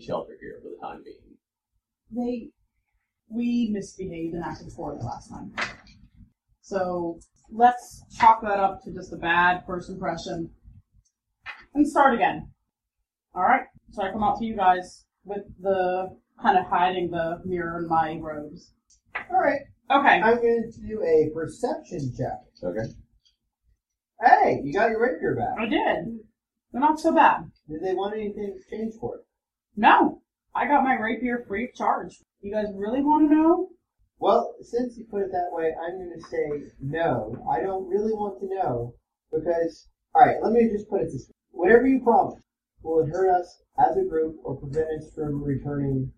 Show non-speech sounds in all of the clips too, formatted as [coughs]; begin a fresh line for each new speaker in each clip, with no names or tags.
shelter here for the time being.
They, we misbehaved and acted poorly last time. So let's chalk that up to just a bad first impression and start again. All right. So I come out to you guys with the kind of hiding the mirror in my robes.
All right,
Okay.
I'm going to do a perception check.
Okay.
Hey, you got your rapier back.
I did. They're not so bad.
Did they want anything in exchange for it?
No, I got my rapier free of charge. You guys really want to know?
Well, since you put it that way, I'm going to say no. I don't really want to know because, all right, let me just put it this way. Whatever you promise, will it hurt us as a group or prevent us from returning?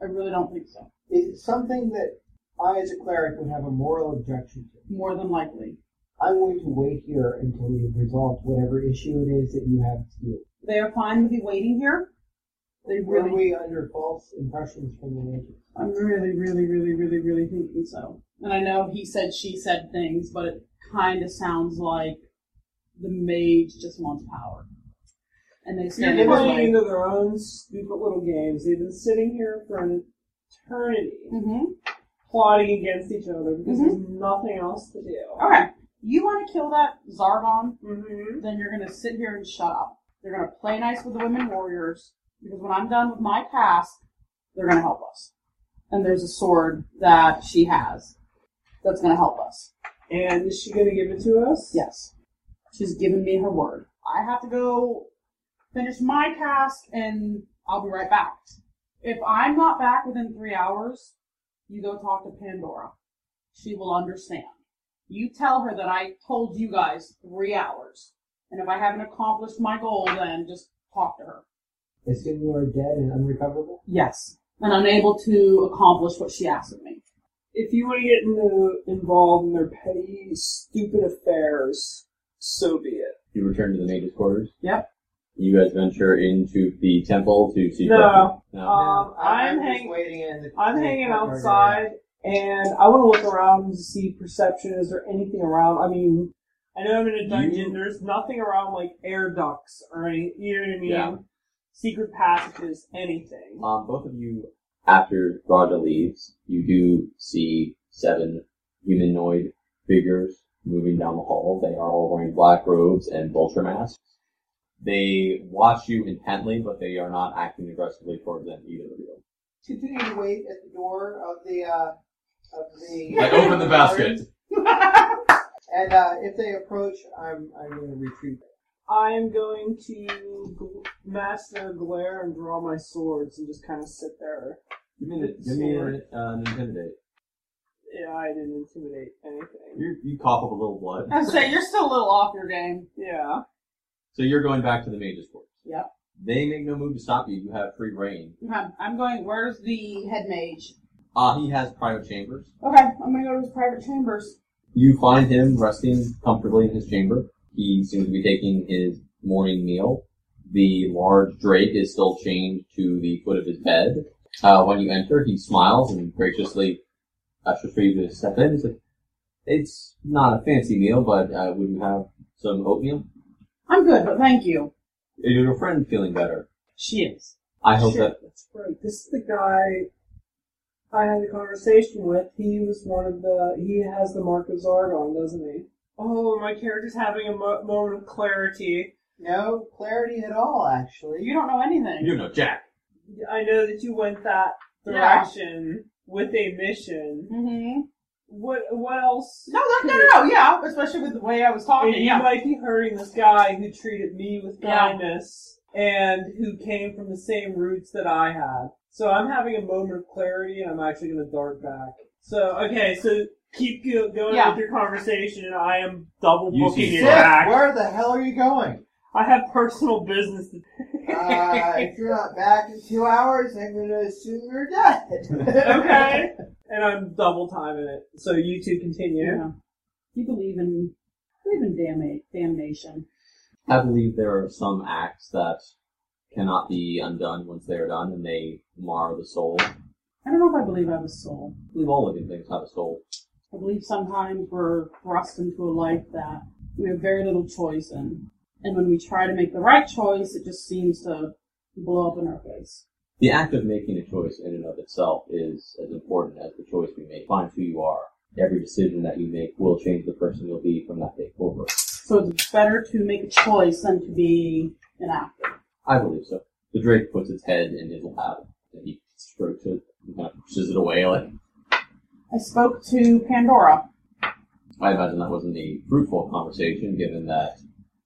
I really don't think so.
Is it something that I, as a cleric, would have a moral objection to?
More than likely.
I'm going to wait here until we have resolved whatever issue it is that you have to deal with.
They are fine with you waiting here. They really,
Were we under false impressions from the natives?
I'm really, really, really, really, really thinking so. And I know he said she said things, but it kind of sounds like the mage just wants power. And they stand
They're
in his
playing
way.
into their own stupid little games. They've been sitting here for an eternity
hmm
plotting against each other because there's nothing else to do.
Okay. You want to kill that Zargon?
Mm-hmm.
then you're gonna sit here and shut up. You're gonna play nice with the women warriors because when I'm done with my task, they're gonna help us. And there's a sword that she has that's gonna help us.
And is she going to give it to us?
Yes, she's given me her word. I have to go finish my task, and I'll be right back. If I'm not back within three hours, you go talk to Pandora. She will understand. You tell her that I told you guys three hours. And if I haven't accomplished my goal, then just talk to her.
Assume you are dead and unrecoverable?
Yes. And unable to accomplish what she asked of me.
If you want to get into, involved in their petty, stupid affairs, so be it.
You return to the natives' quarters.
Yep.
You guys venture into the temple to see.
No.
No.
No,
Um,
I-
I'm
just
hang-
waiting in the-
I'm
in the
hanging
courtyard area.
outside, and I want to look around to see perception. Is there anything around? I mean, I know I'm in a dungeon.
You-
There's nothing around like air ducts or any. You know what I mean?
Yeah.
Secret passages, anything.
Um, both of you, after Raja leaves, you do see seven humanoid figures moving down the hall. They are all wearing black robes and vulture masks. They watch you intently, but they are not acting aggressively towards them either of you.
Continue to wait at the door of the, uh, of the.
I open the basket.
And, uh, if they approach, I'm, I'm gonna retreat.
I am going to gl- master glare and draw my swords and just kind of sit there.
Give uh,
me the- give me an,
intimidate.
Yeah, I didn't intimidate anything.
You, you cough up a little blood.
I say you're still a little off your game.
Yeah.
So you're going back to the mage's quarters.
Yep.
They make no move to stop you. You have free reign.
Okay, I'm going. Where's the head mage?
Ah, he has private chambers.
Okay, I'm gonna go to his private chambers.
You find him resting comfortably in his chamber. He seems to be taking his morning meal. The large drake is still chained to the foot of his bed. Uh, when you enter, he smiles and graciously ushers for you to step in. He's like, it's not a fancy meal, but uh, would you have some oatmeal?
I'm good, but thank you.
Is your friend feeling better?
She is.
I hope
Shit,
that
that's right. This is the guy I had a conversation with. He was one of the. He has the mark of Zargon, doesn't he? Oh, my character's having a mo- moment of clarity.
No clarity at all, actually.
You don't know anything.
you know Jack.
I know that you went that
Yeah.
direction with a mission.
Mm-hmm.
What? What else?
No, no, no, no, yeah, especially with the way I was talking.
And you
yeah.
might be hurting this guy who treated me with
Yeah.
kindness and who came from the same roots that I had. So I'm having a moment of clarity and I'm actually going to dart back. So, okay, so keep go- going
Yeah.
with your conversation and I am double
You
booking
see
it
Sick,
back.
where the hell are you
[laughs]
going?
I have personal business
[laughs]
to
Uh, if you're not back in two hours, I'm gonna assume you're dead.
[laughs] Okay? and I'm double timing it. So you two continue.
Yeah. You believe in believe in damn damnation.
I believe there are some acts that cannot be undone once they are done, and they mar the soul. I
I don't know if I believe I have a soul.
believe all living things have a soul.
I believe sometimes we're thrust into a life that we have very little choice in. And when we try to make the right choice, it just seems to blow up in our face.
the act of making a choice in and of itself is as important as the choice we make. Finds who you are. Every decision that you make will change the person you'll be from that day forward.
So it's better to make a choice than to be an actor.
I believe so. The drake puts its head in his lap and he strokes it and kind of pushes it away. Like
I spoke to Pandora.
I imagine that wasn't a fruitful conversation, given that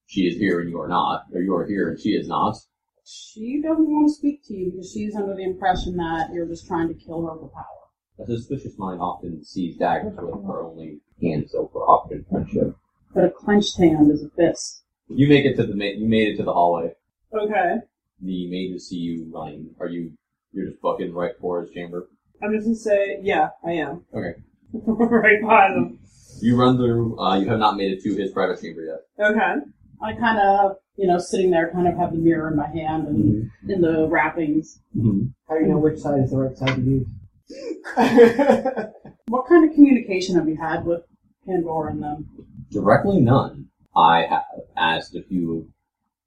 she is here and you are not, or you are here and she is not.
She doesn't want to speak to you because she's under the impression that you're just trying to kill her for power.
A suspicious mind often sees daggers with her only hand, so for option friendship.
But a clenched hand is a fist.
You make it to the ma- you made it to the hallway.
Okay.
The mages see you running. Are you you're just bucking right for his chamber?
I'm just gonna say, yeah, I am.
Okay.
[laughs] right by them.
You run through. Uh, you have not made it to his private chamber yet.
Okay.
I kind of, you know, sitting there, kind of have the mirror in my hand and in the wrappings.
How do you know which side is the right side to [laughs] use?
What kind of communication have you had with Pandora and them?
Directly none. I have asked a few of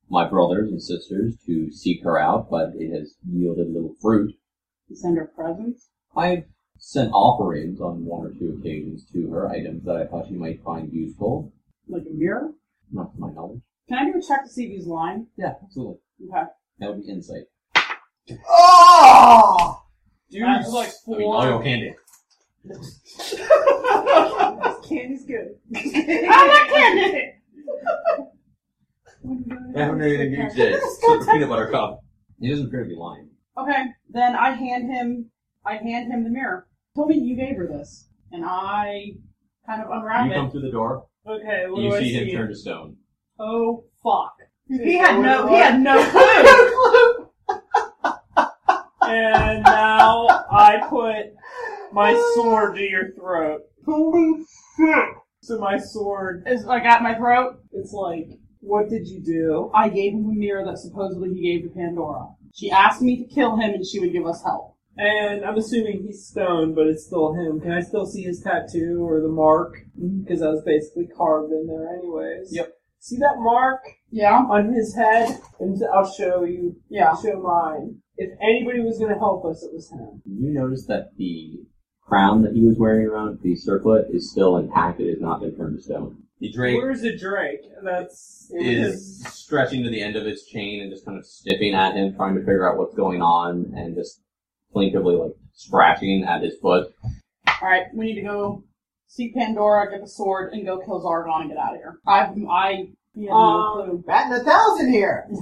my brothers and sisters to seek her out, but it has yielded little fruit.
You send her presents?
I've sent offerings on one or two occasions to her, items that I thought she might find useful.
Like a mirror?
Not to my knowledge.
Can I do a check to see if he's lying?
Yeah, absolutely.
[laughs] Okay.
That would be insight.
oh!
Dude,
That's like
I mean, all your candy.
Candy's good.
I like candy!
I haven't heard anything you did. Except the peanut butter cup. He doesn't appear to be lying.
Okay, then I hand him, I hand him the mirror. Tell me you gave her this, and I kind of unwrap
you
it.
come through the door,
Okay, what
you
do
see
I
him
see?
turn to stone.
Oh fuck!
He had no-
Oh, he had no clue.
and now I put my sword to your throat.
Holy shit!
So my sword,
It's like at my throat.
it's like, what did you do?
I gave him a mirror that supposedly he gave to Pandora. She asked me to kill him, and she would give us help.
And I'm assuming he's stoned, but it's still him. Can I still see his tattoo or the mark? Because that was basically carved in there, anyways.
Mm-hmm. Yep.
See that mark
Yeah,
on his head? And I'll show you.
yeah.
I'll show mine. If anybody was going to help us, it was him.
You notice that the crown that he was wearing around the circlet is still intact. It has not been turned to stone. The drake
Where's the Drake? That's
is stretching to the end of its chain and just kind of sniffing at him, trying to figure out what's going on, and just plaintively like scratching at his foot.
All right, we need to go seek Pandora, get the sword, and go kill Zargon and get out of here. I've, I, he had no
Um,
Batting a thousand here!
[laughs]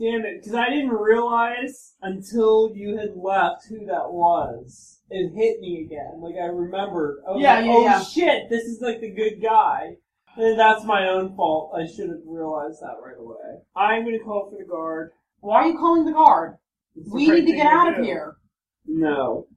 Damn it, because I didn't realize until you had left who that was. It hit me again. Like, I remembered. I was
Yeah,
like,
yeah,
oh
yeah.
shit, this is like the good guy. And that's my own fault. I should have realized that right away. I'm going to call for the guard.
[laughs] Why are you calling the guard?
It's the
We
right
need to
thing
get out of
do.
here.
No.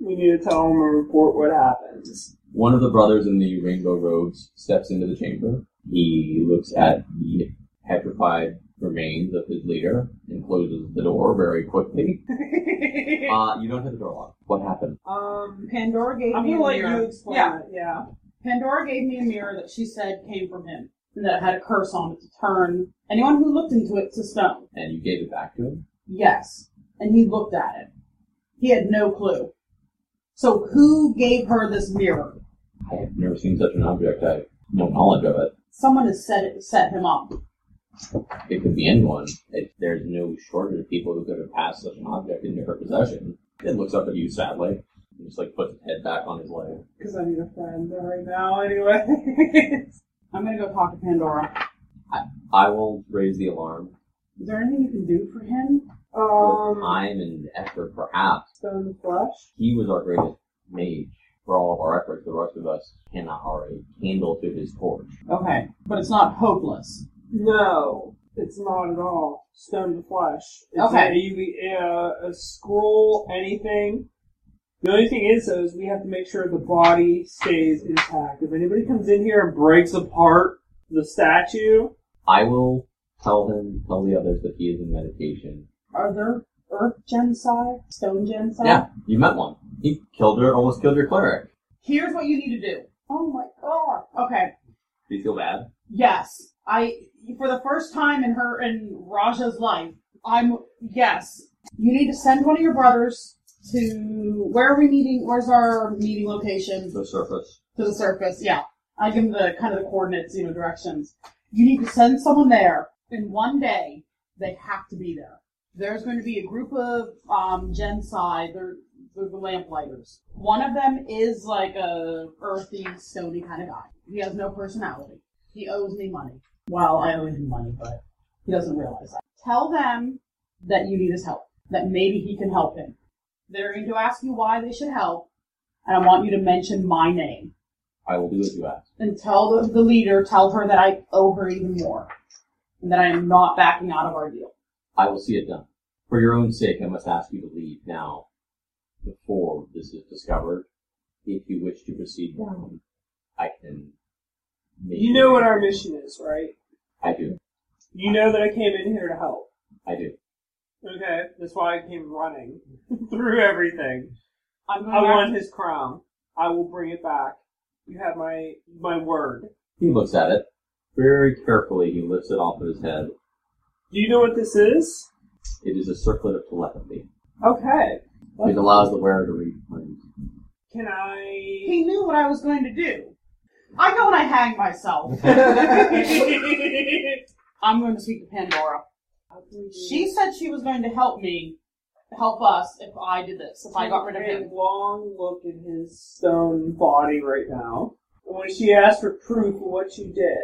We need to tell him and report
[laughs]
what happens.
One of the brothers in the rainbow robes steps into the chamber. He looks at the petrified remains of his leader and closes the door very quickly. Uh, you don't have the door locked. What happened?
Um,
Pandora gave
I'm
me
going
a
to let
mirror.
you explain
yeah,
it. Yeah.
Pandora gave me a mirror that she said came from him and that had a curse on it to turn anyone who looked into it to stone.
And you gave it back to him?
Yes, and he looked at it. He had no clue. So who gave her this mirror?
I have never seen such an object. I have no knowledge of it.
Someone has set it, set him up.
It could be anyone. It, there's no shortage of people who could have passed such an object into her possession. It looks up at you sadly. and just like puts its head back on his leg.
Because I need a friend right now, anyway. [laughs]
I'm gonna go talk to Pandora.
I will raise the alarm.
Is there anything you can do for him?
With
um,
time and effort, perhaps.
stone the flesh.
He was our greatest mage. For all of our efforts, the rest of us cannot are a candle to his torch.
Okay, but it's not hopeless.
No, it's not at all. Stone to flesh. It's
Okay.
a- you- uh, a scroll, anything. The only thing is, though, is we have to make sure the body stays intact. If anybody comes in here and breaks apart the statue,
I will tell him, tell the others that he is in meditation.
Are there earth genocide? Stone genocide?
Yeah, you met one. He killed her, almost killed your cleric.
Here's what you need to do. Oh my god. Okay.
Do you feel bad?
Yes. I for the first time in her in Raja's life, I'm yes. You need to send one of your brothers to where are we meeting? Where's our meeting location?
The surface.
to the surface. Yeah, I give them the kind of the coordinates, you know, directions. You need to send someone there in one day. They have to be there. There's going to be a group of um, Gensai. They're they're the lamplighters. One of them is like a earthy, stony kind of guy. He has no personality. He owes me money. Well, I owe him money, but he doesn't realize that. Tell them that you need his help. That maybe he can help him. They're going to ask you why they should help, and I want you to mention my name
I will do as you ask.
and tell the, the leader, tell her that I owe her even more, and that I am not backing out of our deal.
I will see it done. For your own sake, I must ask you to leave now, before this is discovered. If you wish to proceed down, I can. make
You know what our mission is, right?
I do.
You know that I came in here to help.
I do.
Okay, that's why I came running [laughs] through everything.
I'm going
I want
after-
his crown. I will bring it back. You have my my word.
He looks at it very carefully. He lifts it off of his head.
Do you know what this is?
It is a circlet of telepathy.
Okay.
It allows the wearer to read minds.
Can [laughs] I?
He knew what I was going to do. I go and I hang myself. I'm going to speak to Pandora. She said she was going to help me, help us if I did this, if I got rid of
a
him.
long look at his stone body right now. And when she asked for proof of what you did,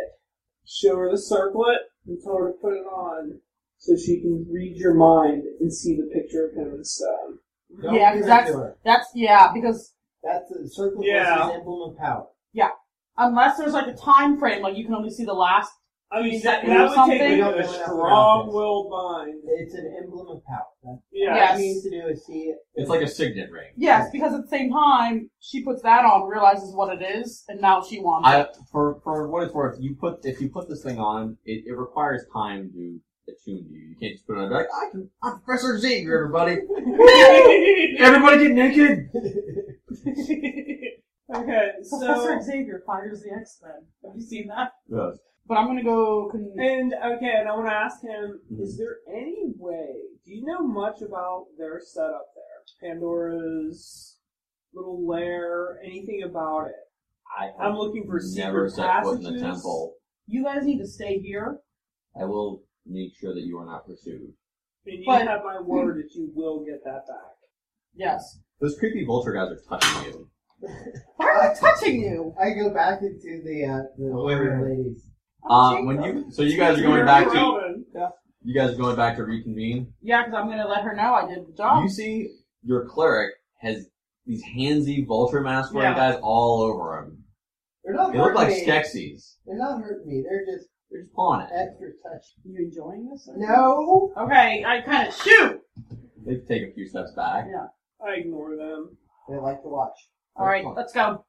show her the circlet and tell her to put it on so she can read your mind and see the picture of him in stone.
Don't
Yeah,
give
because
it
that's
to her.
that's yeah. Because
That's a circle
Yeah.
yeah. an emblem of power.
unless there's like a time frame, like you can only see the last.
I mean,
Is
that,
that
that would
something?
take
We don't
a
know enough
strong
about
willed mind.
It's an emblem of power. That's
Yeah.
Yes.
all you need to do is see it.
It's like a signet ring.
Yes, because at the same time she puts that on, realizes what it is, and now she wants it.
I, for for what it's worth, you put if you put this thing on, it, it requires time to attune you. You can't just put it on and be like I can. I'm Professor Xavier, everybody. everybody get naked.
[laughs] okay,
[laughs] Professor
so
Xavier fires the X Men. Have you seen that?
Yes.
But I'm gonna go. Con-
and okay, and I want to ask him:
Mm-hmm.
Is there any way? Do you know much about their setup there, Pandora's little lair? Anything about it?
I
I'm looking for
never
secret
set foot in the
passages.
temple.
you guys need to stay here.
I will make sure that you are not pursued.
And you
But-
have my word that you will get that back.
Yes.
Those creepy vulture guys are touching you.
Why are they touching you?
I go back into the uh, the
Oh, wait, wait,
older
wait.
ladies.
Uh, when you so you guys are going
You're
back to
irrelevant.
you guys are going back to reconvene.
Yeah, because I'm gonna let her know I did the job.
You see, your cleric has these handsy vulture mask wearing
Yeah.
guys all over him.
They're not
They look
hurting
like
me.
Skeksis.
They're not hurting me. They're just
They're just pawing it.
extra touch.
You enjoying this?
No.
Okay, I kind of shoot.
They take a few steps back.
I ignore them.
They like to watch.
All right, let's go.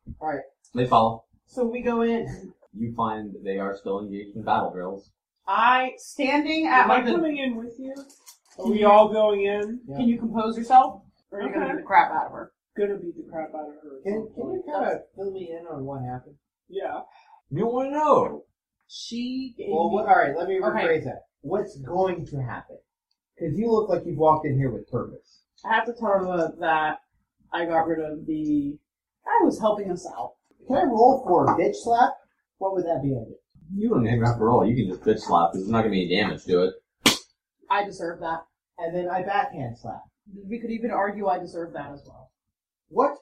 They follow.
So we go in.
You find that they are still engaged in battle drills.
I standing at
Am I
like the.
coming in with you? Are we all going in?
Can you compose yourself? Or are you gonna
Okay.
beat the crap out of her?
Gonna beat the crap out of her. at
Can,
some
can you
point.
kind of fill me in on what happened?
Yeah.
You don't want to know.
She gave
Well,
me.
what, all right. Let me rephrase
Okay.
that. What's going to happen? Because you look like you've walked in here with purpose.
I have to tell her that I got rid of the. I was helping us out.
Can I roll for a bitch slap? What would that be under?
You don't even have to roll. You can just bitch slap because there's not going to be any damage to it.
I deserve that.
And then I backhand slap.
We could even argue I deserve that as well.
What?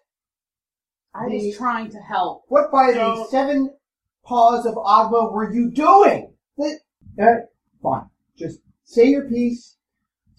I
The-
was trying to help.
What by the
Don't-
seven paws of Agma were you doing? That, that- fine. Just say your piece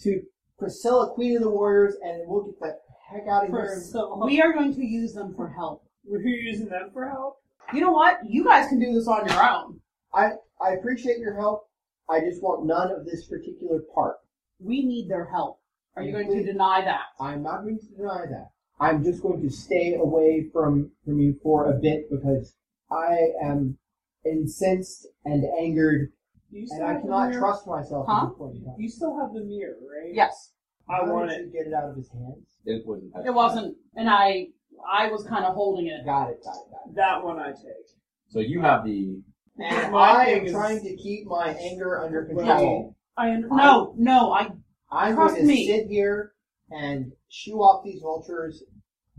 to Priscilla, Queen of the Warriors, and we'll get the heck out of here.
We are going to use them for help.
Were you using them for help?
You know what? You guys can do this on your own.
I, I appreciate your help. I just want none of this particular part.
We need their help. Are you going to deny that?
I'm not going to deny that. I'm just going to stay away from, from you for a bit because I am incensed and angered,
You still
and I
have the
cannot
mirror?
trust myself
Huh?
at this point in time.
You still have the mirror, right?
Yes.
I
How
want
did
it.
you get it out of his hands?
It wasn't.
It wasn't, and I, I was kind of holding it.
Got it, got it, got
That one I take.
So you have the.
it.
My
I
thing
am
is-
trying to keep my anger under
Well,
control.
I no, no. I,
I'm
Trust
going to
me.
sit here and shoo off these vultures,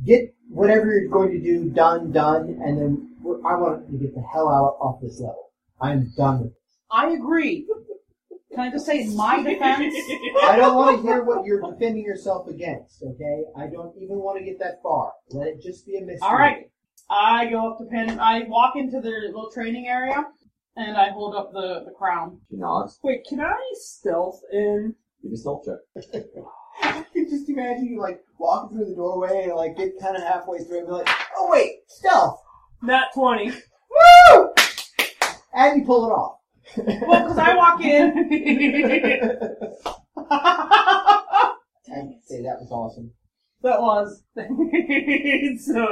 get whatever you're going to do done, done, and then we're, I want you to get the hell out off this level. I'm done with it.
I agree. Can I just say, in my defense,
I don't want to hear what you're defending yourself against, okay? I don't even want to get that far. Let it just be a mystery.
All right. [laughs] I go up to Pen. I walk into their little training area, and I hold up the, the crown.
She nods.
[laughs] Wait, can I stealth in?
Give me a stealth check.
[laughs] I can just imagine you like walking through the doorway and like get kind of halfway through and be like, oh wait, stealth!
Not 20.
Woo! And you pull it off.
Well, because I walk [laughs]
[laughs]
in. that
And say that was awesome.
was.
[laughs] it's a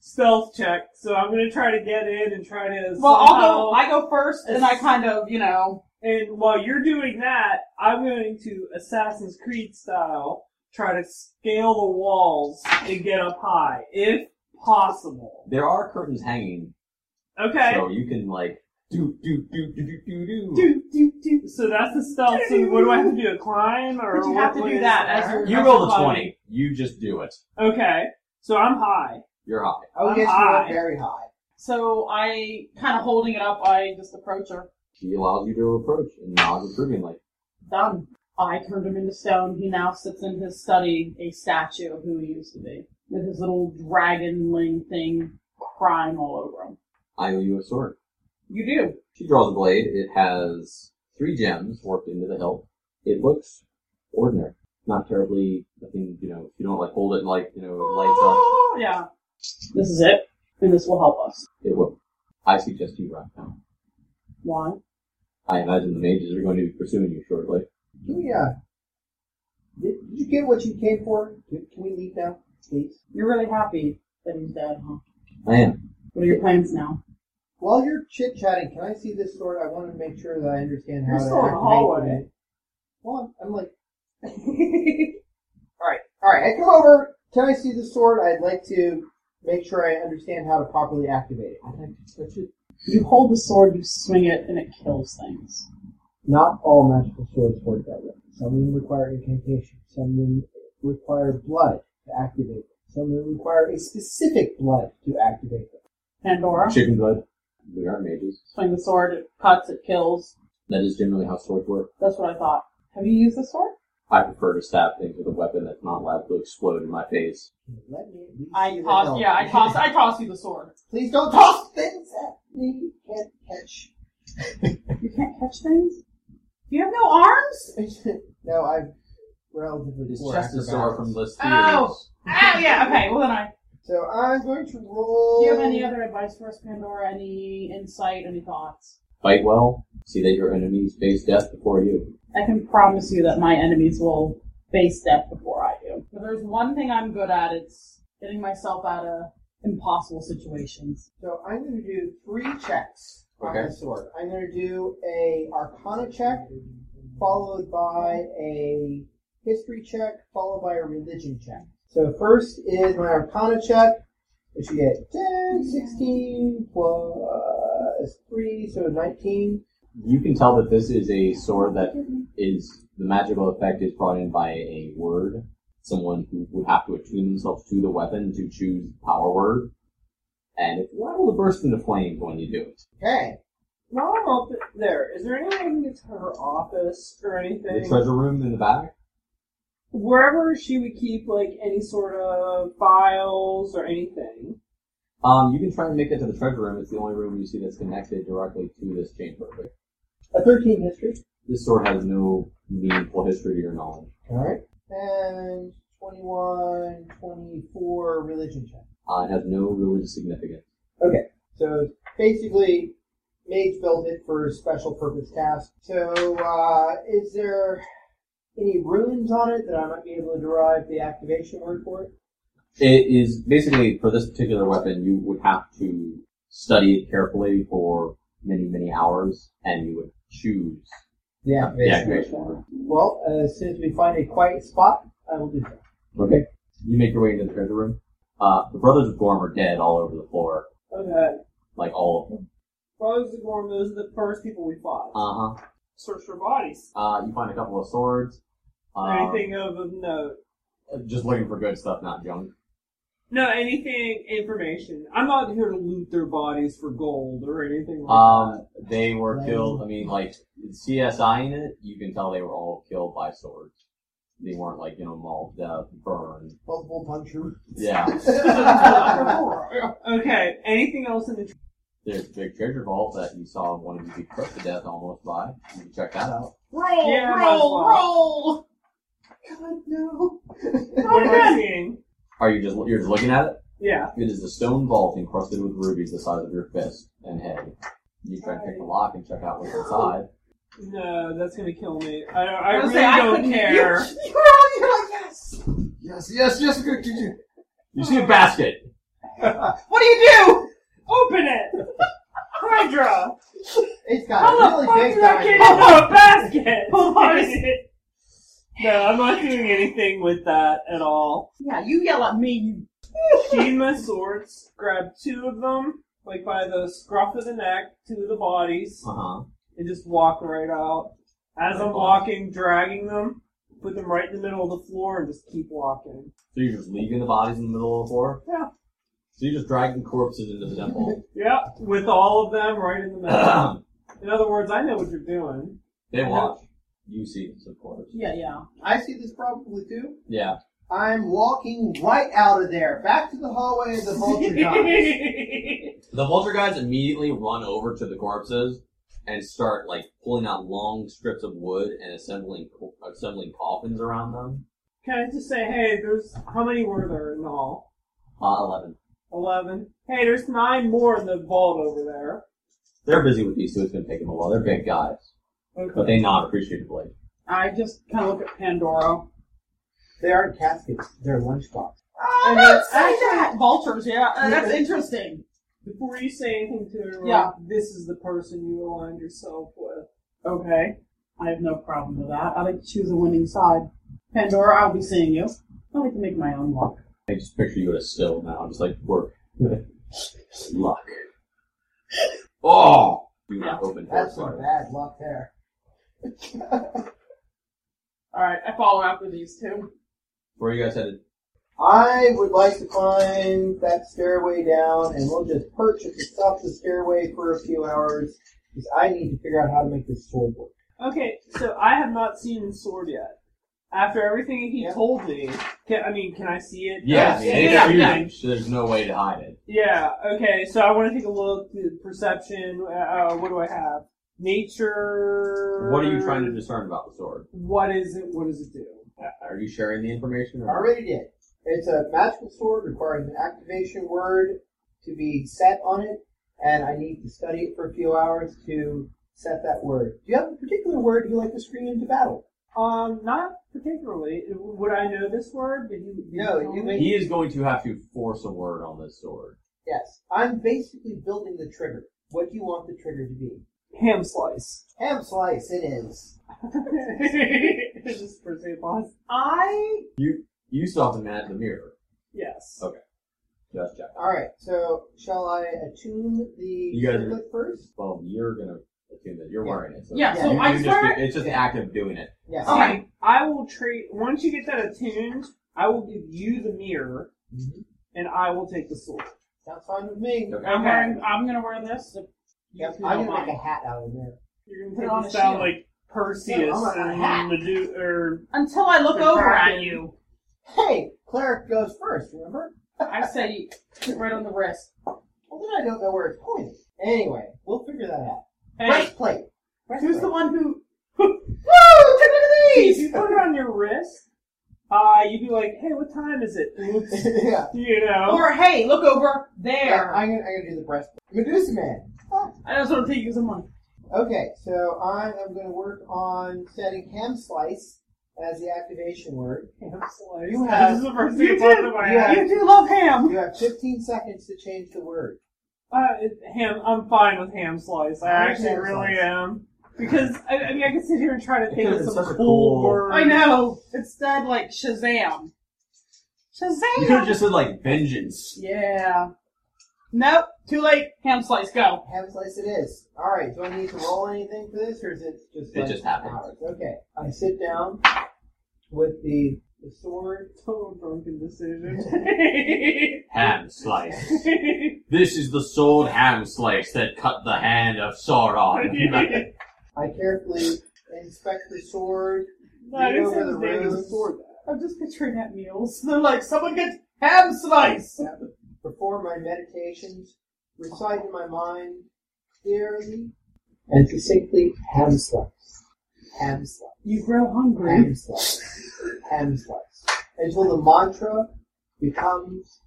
stealth check, so I'm gonna try to get in and try to.
Well,
somehow-
I'll go. I go first, and I kind of, you know,
And while you're doing that, I'm going to Assassin's Creed style try to scale the walls and get up high, if possible.
There are curtains hanging,
Okay.
so you can like do do do do do do do.
Do, do, do. So that's the stealth. So what do I have to do? Climb or
But you
what-
have to
what
do
is
that as
there?
you're-
You roll the twenty. You just do it.
Okay. So I'm high.
You're high.
Oh
I'm
yes, you are
high.
very high.
so I kind of holding it up. I just approach her.
She allows you to approach and nods approvingly.
Done. I turned him into stone. He now sits in his study, a statue of who he used to be, with his little dragonling thing crying all over him.
I owe you a sword.
You do.
She draws a blade. It has three gems worked into the hilt. It looks ordinary. Not terribly, nothing, you know, if you don't like hold it and like, you know, it lights up,
Oh, yeah. This is it, and this will help us.
it will. I suggest you right now.
Why?
I imagine the mages are going to be pursuing you shortly.
Can we, uh, did, did you get what you came for? Can can we leave now, please?
You're really happy that he's dead, huh?
I am.
What are your plans now?
While you're chit chatting, can I see this sword? I want to make sure that I understand how
You're
to
still in the
activate
hallway.
it. Well, I'm, I'm like, [laughs] all right, all right. I come over. Can I see the sword? I'd like to make sure I understand how to properly activate it.
I'd like to touch it.
You hold the sword, you swing it, and it kills things.
Not all magical swords work that way. Some of them require incantation. Some of them require blood to activate them. Some of them require a specific blood to activate them.
Pandora,
Chicken blood. We are mages.
swing the sword, it cuts, it kills.
That is generally how swords work.
That's what I thought. Have you used the sword?
I prefer to stab things with a weapon that's not liable to explode in my face.
Let me at least see
I
the
toss,
hilt.
yeah, I toss, I toss you the sword.
[laughs] Please don't toss things at me. You can't catch.
You can't catch things? You have no arms?
[laughs] no, I'm relatively
His
poor
chest is sore
acrobatics.
from the spears.
Ow! Ah, yeah, okay, well then I.
So I'm going to
Do
roll.
you have any other advice for us, Pandora? Any insight, any thoughts?
Fight well. See that your enemies face death before you.
I can promise you that my enemies will face death before I do. If there's one thing I'm good at, it's getting myself out of impossible situations.
So I'm going to do three checks on
Okay.
the sword. I'm going to do a Arcana check, followed by a History check, followed by a Religion check. So first is my Arcana check, which you get 10, 16, plus 3, so 19.
You can tell that this is a sword that is the magical effect is brought in by a word. Someone who would have to attune themselves to the weapon to choose power word. And it's liable to burst into flames when you do it.
Okay.
While I'm up there, is there anyone who can get to her office or
The
anything?
treasure room in the back?
Wherever she would keep like any sort of files or anything.
Um, you can try and make it to the treasure room. It's the only room you see that's connected directly to this chamber. But
A 13 History.
this sword has no meaningful history to your knowledge.
Alright. And 21, 24 Religion check.
Uh, it has no religious significance.
So basically, Mage built it for special purpose tasks. So uh, is there any runes on it that I might be able to derive the activation word for it?
It is basically for this particular weapon, you would have to study it carefully for many, many hours, and you would choose
The
the activation word.
Well, as soon as we find a quiet spot, I will do so.
Okay. You make your way into the treasure room. Uh, the brothers of Gorm are dead all over the floor,
Okay.
like all of them.
Brothers of Gorm, those are the first people we fought.
Uh huh.
Search for bodies.
Uh, you find a couple of swords. Um,
Anything of, of note?
just looking for good stuff, not junk.
No, anything information. I'm not here to loot their bodies for gold or anything like that.
Um, they were
Right.
killed. I mean, like CSI in it, you can tell they were all killed by swords. They weren't like you know mauled, uh, burned.
Multiple [laughs] puncher.
Yeah,
[laughs]
Okay. Anything else in the? tr-
there's a big treasure vault that you saw one of you be crushed to death almost by. You can check that out.
Roll,
Yeah, might as
roll,
well.
roll.
God no. Oh
What am I seeing?
Are you just you're just looking at it?
Yeah.
It is a stone vault encrusted with rubies the size of your fist and head. You try to pick the lock and check out what's inside.
No, that's gonna kill me. I don't. I,
I was
really
saying, I
don't
couldn't-
care.
You're, all- you're like, yes.
Yes, yes, yes. Good, good, good. You see a basket.
What do you do?
Open it. Hydra.
[laughs] It's
How
got
the
a really
fuck
big
did that get
diamond.
into a basket? [laughs]
Oh
no, I'm not doing anything with that at all.
Yeah, you yell at me. You
Shima swords. Grab two of them, like by the scruff of the neck, two of the bodies,
Uh huh.
and just walk right out. As I'm walking, dragging them, put them right in the middle of the floor, and just keep walking.
So you're just leaving the bodies in the middle of the floor.
Yeah.
So you're just dragging corpses into the temple. [coughs]
Yeah, with all of them right in the middle. in other words, I know what you're doing.
They watch. You see this, of course.
yeah, yeah.
I see this probably too.
Yeah.
I'm walking right out of there, back to the hallway of the
[laughs]
vulture guy.
The vulture guys immediately run over to the corpses and start like pulling out long strips of wood and assembling co- assembling coffins around them.
Can I just say, hey, there's how many were there in all?
Uh, Eleven.
Eleven. Hey, there's nine more in the vault over there.
They're busy with these, so it's gonna take them a while. They're big guys, but they nod appreciatively.
I just kind of look at Pandora.
They aren't caskets, they're lunchbox.
Oh,
don't say
that. Vultures, yeah. Uh, that's
Yeah.
interesting.
Before you say anything to her,
Yeah.
this is the person you aligned yourself with.
Okay. I have no problem with that. I like to choose a winning side. Pandora, I'll be seeing you. I like to make my own luck.
I just picture you at a still now, just like work, [laughs] luck. Oh, do not open doors.
That's
sorry.
some bad luck there.
Alright, I follow after these two.
Where are you guys headed?
I would like to climb that stairway down, and we'll just perch at the top of the stairway for a few hours, because I need to figure out how to make this sword work.
Okay, so I have not seen the sword yet. After everything he
Yeah.
told me, can, I mean, can I see it?
Yeah, I mean,
yeah,
it's
yeah,
huge,
yeah.
so there's no way to hide it.
Yeah, okay, so I want to take a look. uh, Perception, uh, what do I have? Nature.
What are you trying to discern about the sword?
What is it? What does it do?
Are you sharing the information?
I
Or?
already did. It's a magical sword requires an activation word to be set on it, and I need to study it for a few hours to set that word. Do you have a particular word you like to scream into battle?
Um, not particularly. Would I know this word? Did you? Did
No,
tell
you
me?
may-
He is going to have to force a word on this sword.
Yes. I'm basically building the trigger. What do you want the trigger to be?
ham slice.
Ham slice, it is.
[laughs] Just for say boss.
I
You saw the man in the mirror.
Yes.
Okay. Just check.
Alright, so shall I attune the
You guys are-
trigger first?
Well, you're gonna assume that you're
Yeah.
wearing it. So
Yeah,
so
you,
I
you just
swear-
do- it's just the act of doing it.
Yes.
Oh. Okay.
See, I will treat once you get that attuned. I will give you the mirror,
Mhm.
and I will take the sword.
Sounds fine with me.
Okay.
I'm
Okay.
wearing. I'm gonna wear this. If you
Yep,
two
I'm
don't
gonna make
mind.
a hat out of there.
You're
Put it
gonna
on
make me
a
sound
shield.
like Perseus
No, I'm not a hat.
and Medu- or
Until I look
The
over
dragon.
at you,
Hey, cleric goes first, remember?
I say, "Get right on the wrist."
Well, then I don't know where it's pointing. Anyway, we'll figure that out.
hey,
Breastplate.
Who's the
Breastplate.
one who?
Woo! Take a look at these. You put it on your wrist. Uh, you'd be like, hey, what time is it? [laughs] Oops.
[laughs] yeah.
you know.
Or hey, look over there.
I'm gonna, I'm gonna do the breastplate. Medusa Man.
I just want to take you some money.
Okay, so I am gonna work on setting ham slice as the activation word.
Ham slice.
You have-
This is the first
Uh, You
thing that popped
did.
in my
You
head.
You do love ham.
You have 15 seconds to change the word.
Uh, it- ham. I'm fine with ham slice. I
I like
actually
ham
really
slice.
am because I, I mean I could sit here and try to
It
think
could've
of
been
some
such a
cool,
cool-
word.
I
[laughs]
know. Instead, like
You
Shazam.
could have
Shazam.
just said like vengeance.
Yeah. Nope. Too late. Ham slice. Go.
Ham slice it is. Alright, do I need to roll anything for this, or is it just
It
like
just happens.
hours? Okay. I sit down, with the, the sword.
Total drunken decision.
Ham slice.
[laughs]
This is the sword ham slice that cut the hand of
[laughs]
Sauron.
I carefully inspect the sword.
I didn't say
Over the
the name of the
roads.
sword.
I'm just picturing at meals. They're like, someone gets ham slice.
perform my meditations, recite in my mind clearly and succinctly ham slice, ham slice,
You grow hungry.
ham slice, ham slice, until the mantra becomes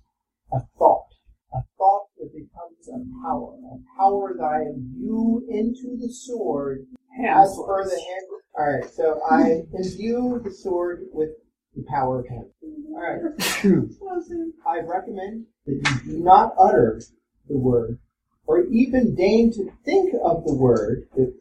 a thought, a thought that becomes a power, a power that I imbue into the sword
Ham
as per the hand. All right, so I imbue the sword with the power of ham. All right. I recommend that you do not utter the word or even deign to think of the word that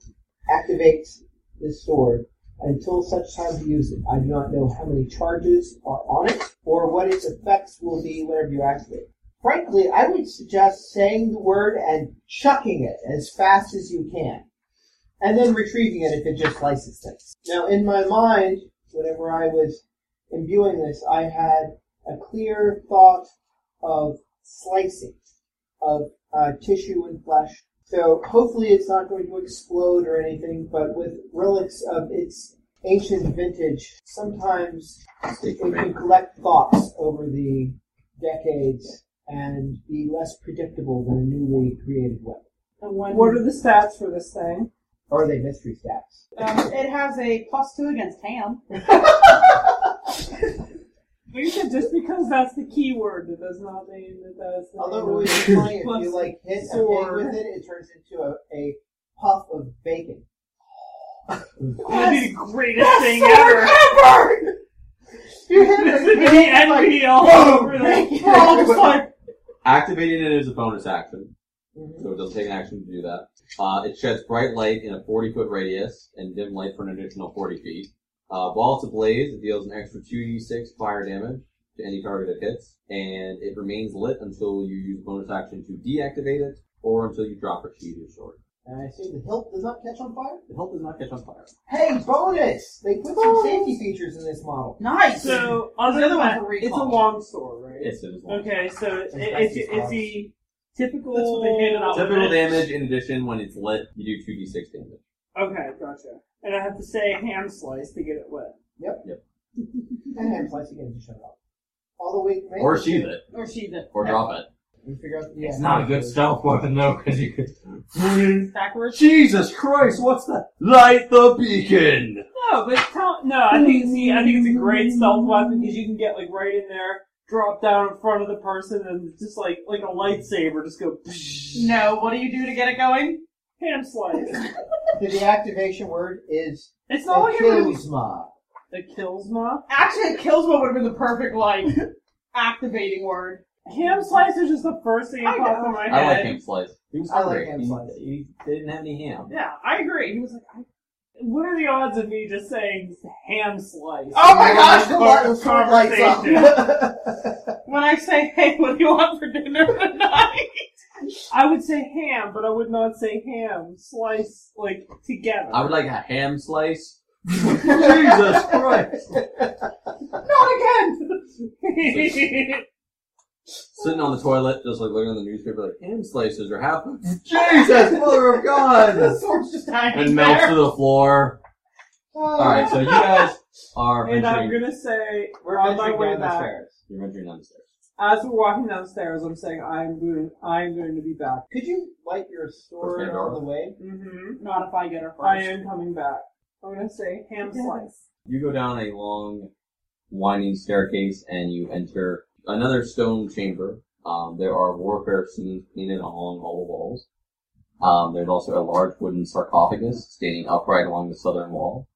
activates this sword until such time to use it. I do not know how many charges are on it or what its effects will be whenever you activate. Frankly, I would suggest saying the word and chucking it as fast as you can. And then retrieving it if it just slices things. Now, in my mind, whenever I was imbuing this, I had a clear thought of slicing of uh, tissue and flesh. So hopefully it's not going to explode or anything, but with relics of its ancient vintage, sometimes it can collect thoughts over the decades and be less predictable than a newly created weapon.
And when,
What are the stats for this thing?
Or are they mystery stats?
um, it has a plus two against ham.
We said just because that's the key word, it does not mean that that's the
Although
name
it would
of it.
be funny if
Plus
you like hit a pig
sword.
with it, it turns into a, a puff of bacon.
That'd be the greatest
Best
thing
sword
ever.
ever!
You hit
This
[laughs]
would be the envy all over the
We're all just like,
Activating it is a bonus action.
Mhm.
So it doesn't take an action to do that. Uh, it sheds bright light in a 40 foot radius and dim light for an additional 40 feet. Uh, while it's ablaze, it deals an extra 2d6 fire damage to any target it hits, and it remains lit until you use bonus action to deactivate it or until you drop or sheathe your sword.
And I assume the hilt does not catch on fire?
The hilt does not catch on fire.
Hey, bonus! They put some safety features in this model.
nice.
So
Other
other than
than
that,
for
it's a
recall.
long sword, right?
Yes, it is. long.
Okay, so it,
That's
it's,
his
it's the typical.
That's what they handed out.
Typical damage, in addition, when it's lit, you do 2d6 damage.
Okay, gotcha. And I have to say ham slice to get it wet.
And I'm slicing it to shut up. All the way maybe
Or sheathe it.
Or she's it.
Or drop it.
We figure out yeah,
stealth weapon, though, because you [laughs] could.
Backwards.
Jesus Christ, what's that? Light the beacon!
No, but tell, no, I think see, I think it's a great stealth weapon because you can get like right in there, drop down in front of the person, and just like like a lightsaber, just go [laughs]
No, what do you do to get it going?
ham slice.
So the activation word is
It's not like it was
Achillesma.
a kills ma.
Actually, it kills what would have been the perfect, [laughs] like, activating word.
Ham slice is just the first thing that
I
popped
know.
in my head.
I like ham slice. He was
I like
hungry.
ham
He-
slice.
He, didn't have any ham.
Yeah, I agree. He was like, I
What are the odds of me just saying ham slice?
Oh my gosh,
Our
the light- the sword lights
[laughs] conversation.
[laughs] up.
when I say, hey, what do you want for dinner tonight?
I would say ham, but I would not say ham slice like together.
I would like a ham slice. [laughs] Jesus Christ!
Not again!
[laughs]
Sitting on the toilet, just like looking on the newspaper, like ham slices are happening. [laughs] Jesus, mother of God!
the sword's just hanging
And
there.
melts to the floor. All right, so you guys are
and I'm
venturing.
gonna say
We're
on my
venturing
way
down the
back.
stairs.
You're venturing down the stairs.
As we're walking downstairs, I'm saying I'm going. I'm going to be back.
Could you light your sword
Pandora.
on the way?
[laughs]
Mm-hmm.
Not if I get her first.
I am coming back. I'm gonna say ham
Yes.
slice.
You go down a long, winding staircase and you enter another stone chamber. Um, there are warfare scenes painted along all the walls. Um, there's also a large wooden sarcophagus standing upright along the southern wall.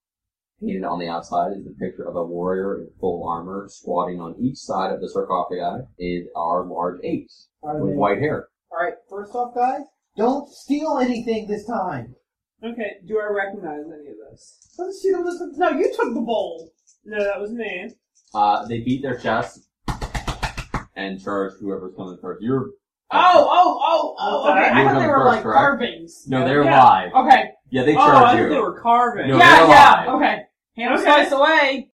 Painted on the outside is the picture of a warrior in full armor squatting on each side of the sarcophagi is our large apes
Are
with
they-
white hair.
All right, first off, guys, don't steal anything this time.
Okay. Do I recognize any of this?
So Oh, she don't listen- No, you took the bowl.
No, that was me.
Uh, they beat their chests and charge whoever's coming first. You're
Oh, oh, oh, oh, okay. I
You're
thought they
going
were
first,
like
correct?
carvings.
no, they're
Yeah.
live.
Okay.
Yeah, they
oh, I
charge
thought
you.
they were carving.
No,
yeah,
they're
yeah.
alive.
Okay. Ham
Okay.
slice away.